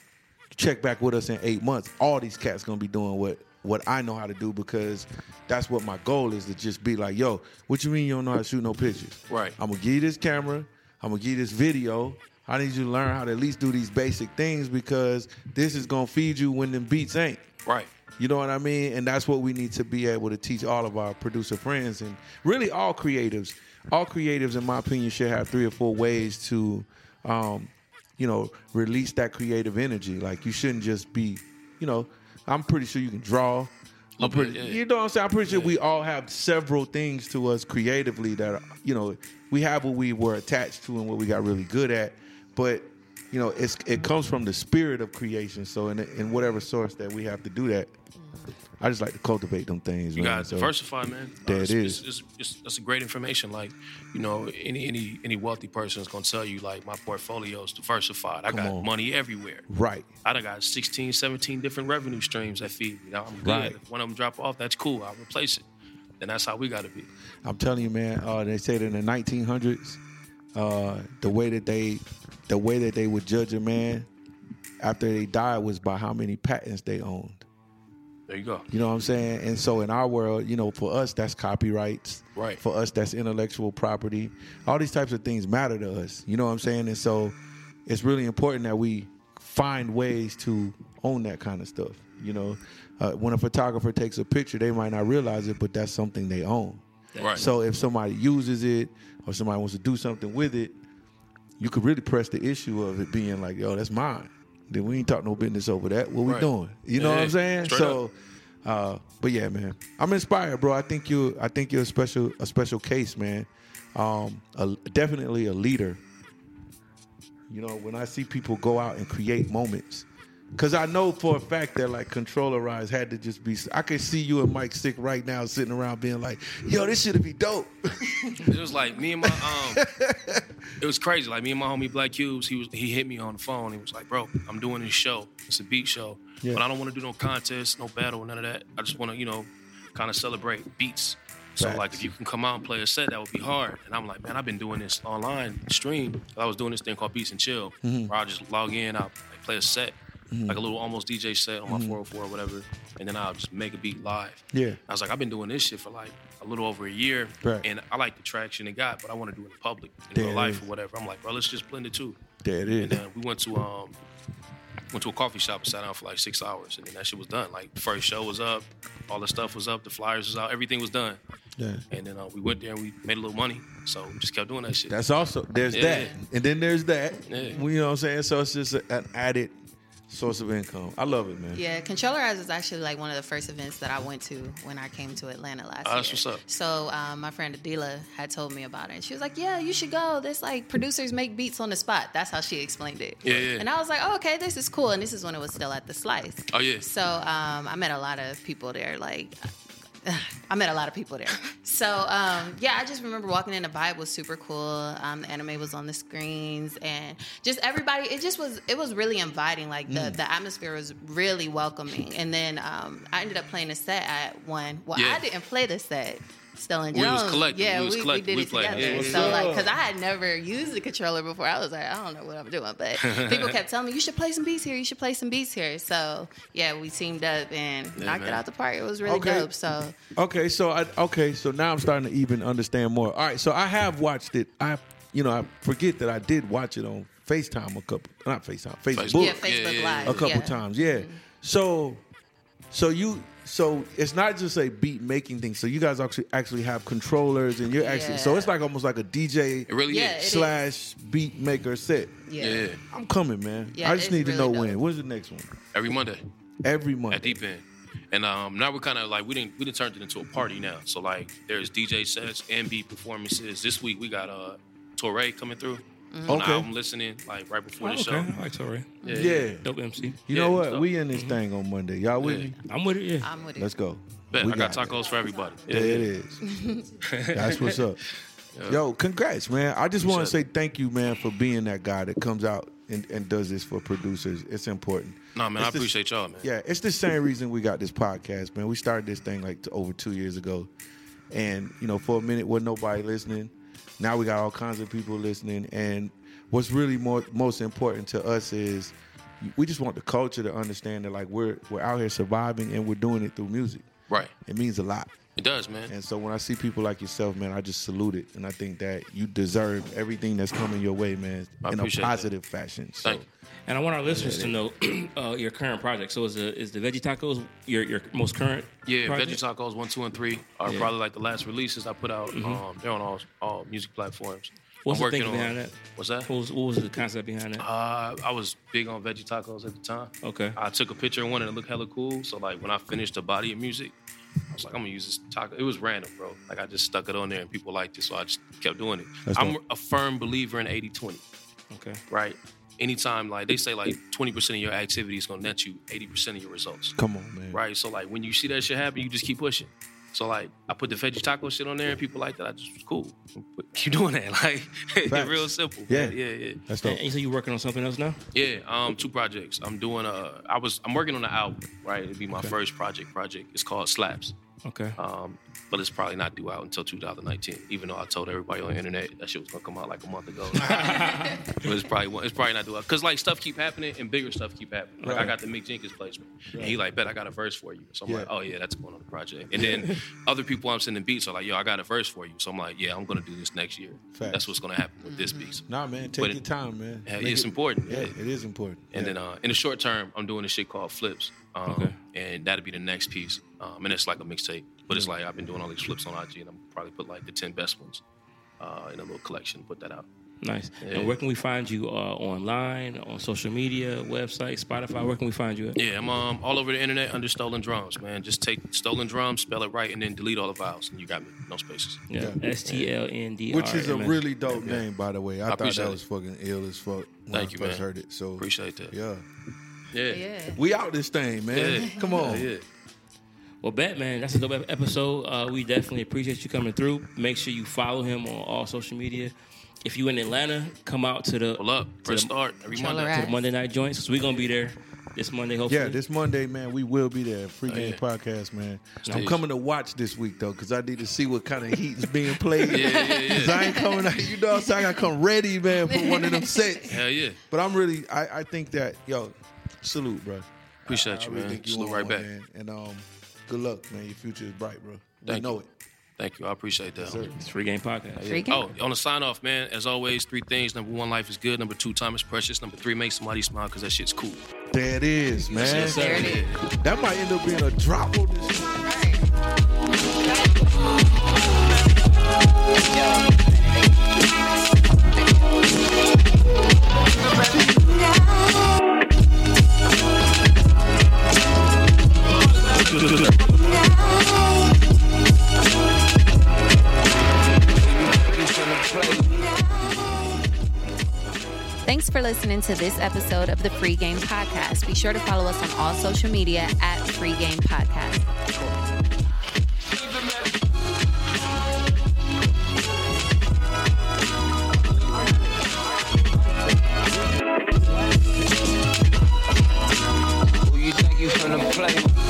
check back with us in eight months, all these cats gonna be doing what what I know how to do because that's what my goal is to just be like, yo, what you mean you don't know how to shoot no pictures? Right. I'm gonna give you this camera. I'm gonna give you this video. I need you to learn how to at least do these basic things because this is gonna feed you when them beats ain't. Right. You know what I mean? And that's what we need to be able to teach all of our producer friends and really all creatives. All creatives, in my opinion, should have three or four ways to, um, you know, release that creative energy. Like you shouldn't just be, you know, I'm pretty sure you can draw. I'm Little bit, pretty, yeah. You know what I'm saying? I'm pretty sure we all have several things to us creatively that are, you know we have what we were attached to and what we got really good at, but you know it's it comes from the spirit of creation. So in in whatever source that we have to do that, I just like to cultivate them things. You man. gotta So- diversify, man. There it it's, is. It's, it's, it's, that's a great information. Like, you know, any any any wealthy person is gonna tell you like my portfolio is diversified. I got on. money everywhere. right? I done got 16, 17 different revenue streams that feed me. Now I'm good. Right. If one of them drop off, that's cool. I'll replace it. And that's how we gotta be. I'm telling you, man. Uh, they said in the 1900s, uh, the way that they, the way that they would judge a man after they died was by how many patents they owned. There you go. You know what I'm saying? And so in our world, you know, for us that's copyrights. Right. For us that's intellectual property. All these types of things matter to us. You know what I'm saying? And so it's really important that we find ways to own that kind of stuff. You know, uh, when a photographer takes a picture, they might not realize it, but that's something they own. Right. So if somebody uses it or somebody wants to do something with it, you could really press the issue of it being like, yo, that's mine. Then we ain't talk no business over that. What we Right. doing? You know what I'm Yeah, saying? straight so, uh, but yeah, man, I'm inspired, bro. I think you, I think you're a special, a special case, man. Um, a, definitely a leader. You know, when I see people go out and create moments, because I know for a fact that like controllerize had to just be. I could see you and Mike Sick right now sitting around being like, "Yo, this should be dope." It was like me and my um it was crazy. Like me and my homie Black Cubes, he was he hit me on the phone. He was like, Bro, I'm doing this show. It's a beat show. Yeah. But I don't want to do no contest, no battle, none of that. I just wanna, you know, kind of celebrate beats. So Facts. like if you can come out and play a set, that would be hard. And I'm like, man, I've been doing this online stream. I was doing this thing called Beats and Chill, Mm-hmm. where I'll just log in, I'll like, play a set, like a little almost DJ set on my 404 or whatever, and then I'll just make a beat live. Mm-hmm. Yeah. I was like, I've been doing this shit for like a little over a year, Right. and I like the traction it got, but I want to do it in public, in There real it life is. or whatever. I'm like, bro, let's just blend the two. There it is. And then we went to um went to a coffee shop and sat down for like six hours, and then that shit was done. Like first show was up, all the stuff was up, the flyers was out, everything was done. Yeah. And then uh, we went there and we made a little money, so we just kept doing that shit. That's also there's Yeah. that, and then there's that. Yeah. You know what I'm saying? So it's just a- an added source of income. I love it, Mm-hmm. man. Yeah, Controllerize is actually like one of the first events that I went to when I came to Atlanta last Oh, year. that's what's up. So um, my friend Adila had told me about it, and she was like, "Yeah, you should go. There's like producers make beats on the spot." That's how she explained it. Yeah, yeah. And I was like, oh, "Okay, this is cool." And this is when it was still at the Slice. Oh, yeah. So um, I met a lot of people there, like. I met a lot of people there. So, um, yeah, I just remember walking in. The vibe was super cool. Um, the anime was on the screens, and just everybody. It just was. It was really inviting. Like the, Mm. the atmosphere was really welcoming. And then um, I ended up playing a set at one. Well, Yeah. I didn't play the set. Still in We was Jones. collecting. Yeah, We we, was we collecting. did We it played. together. Yeah, yeah, so yeah. like, cause I had never used the controller before. I was like, I don't know what I'm doing, but people kept telling me you should play some beats here. You should play some beats here. So yeah, we teamed up and knocked man. it out the park. It was really Okay. dope. So Okay, so I okay, so now I'm starting to even understand more. All right, so I have watched it. I you know I forget that I did watch it on FaceTime a couple, not FaceTime, Facebook yeah, Facebook yeah, yeah. Live a couple yeah. Mm-hmm. times. Yeah. So so you so it's not just a beat making thing. So you guys actually actually have controllers and you're actually so Yeah. it's like almost like a DJ It really Yeah, is. it- slash beat maker set. Yeah. yeah. I'm coming, man. Yeah, I just it's need to really know dope. when. What's the next one? Every Monday. Every month. at deep end. And um, now we're kind of like we didn't we didn't turn it into a party now. So like there's DJ sets and beat performances. This week we got uh Torre coming through. On Okay. the album listening like Oh, right before the show. I like Torrey. yeah. Dope MC. You Yeah, know so- what? We in this thing on Monday. Y'all with me? I'm with it. Yeah. I'm with it. Let's go. Bet, We I got, it. tacos for everybody. Yeah, There it is. That's what's up. Yo, congrats, man. I just want to say Appreciate thank you, man, for being that guy that comes out and, and does this for producers. It's important. No man, It's I the- appreciate y'all, man. Yeah, it's the same reason we got this podcast, man. We started this thing like t- over two years ago. and you know for a minute wasn't nobody listening. Now we got all kinds of people listening, and what's really more most important to us is we just want the culture to understand that like we're we're out here surviving and we're doing it through music. Right. It means a lot. It does, man. And so when I see people like yourself, man, I just salute it, and I think that you deserve everything that's coming your way, man, I in a appreciate that. positive fashion. So Thank you. And I want our listeners to know uh, your current project. So is the is the Veggie Tacos your your most current? Yeah, project? Veggie Tacos one, two, and three are Yeah. probably like the last releases I put out. Um, they're on all all music platforms. What's I'm the working thinking on, behind that? What's that? What was, what was the concept behind that? Uh, I was big on veggie tacos at the time. Okay. I took a picture of one and it looked hella cool. So like when I finished the body of music, I was like, I'm gonna use this taco. It was random, bro. Like I just stuck it on there and people liked it, so I just kept doing it. That's I'm dope. a firm believer in 80-20, Okay. right? Anytime like they say like 20% of your activity is gonna net you 80% of your results. come on, man. Right. So like when you see that shit happen, you just keep pushing. So like I put the veggie taco shit on there and people like that. I just was cool. Keep doing that. Like it's Facts. real simple. Yeah. Yeah, yeah. That's And, dope. and you said you're working on something else now? Yeah, um, two projects. I'm doing a. I was. I'm working on an album. Right, it'd be my first project. Project. It's called Slaps. Okay. Um, but it's probably not due out until 2019. Even though I told everybody on the internet that shit was gonna come out like a month ago. but it's probably won't- it's probably not due out because like stuff keep happening and bigger stuff keep happening. Like I Right. got the Mick Jenkins placement, and he like, bet I got a verse for you. So I'm Yeah. like, oh yeah, that's going on the project. And then other people I'm sending beats are like, yo, I got a verse for you. So I'm like, yeah, I'm gonna do this next year. Facts. That's what's gonna happen with this piece. Nah, man, take But your it- time, man. Yeah, Make it's it- important. Yeah, Yeah. it is important. And Yeah. then uh, in the short term, I'm doing this shit called flips, um, Okay. and that'll be the next piece. Um, and it's like a mixtape, but it's like I've been doing all these flips on IG, and I'm probably put like the ten best ones uh, in a little collection. Put that out. Nice. Yeah. And where can we find you uh, online, on social media, website, Spotify? Where can we find you at? Yeah, I'm um, all over the internet under stolen drums, man. Just take stolen drums, spell it right, and then delete all the vowels, and you got me. No spaces. Yeah. Yeah. S T L N D R. Which is a really dope name, by the way. I, thought appreciate that it. was fucking ill as fuck when Thank I you, first man. heard it. So Appreciate that. Yeah, Yeah. Yeah. we out this thing, man. Yeah. Come on. Yeah, yeah. Well, Batman, that's a dope ep- episode. Uh, we definitely appreciate you coming through. Make sure you follow him on all social media. If you in Atlanta, come out to the Pull up, press To the- start every Tell Monday. her to the Monday night joints. 'cause we gonna be there this Monday, hopefully. Yeah, this Monday, man, we will be there. Free game Oh, yeah. podcast, man. I'm Nice. coming to watch this week though, because I need to see what kind of heat is being played. Yeah, yeah, yeah. 'Cause I ain't coming out, you know. what I'm saying? I gotta come ready, man, for one of them sets. Hell yeah. But I'm really, I, I think that, yo, salute, bro. Appreciate I you, really man. think you Salute on right one, back. man. And um, good luck, man. Your future is bright, bro. I Thank know you. it. Thank you. I appreciate that. homie. It's free game podcast. Freaking. Oh, on the sign off, man, as always, three things. Number one, life is good. Number two, time is precious. Number three, make somebody smile because that shit's cool. There it is, man. There it is. That might end up being a drop on this. Right. Thanks for listening to this episode of the Free Game Podcast. Be sure to follow us on all social media at Free Game Podcast. Who you think you finna play with?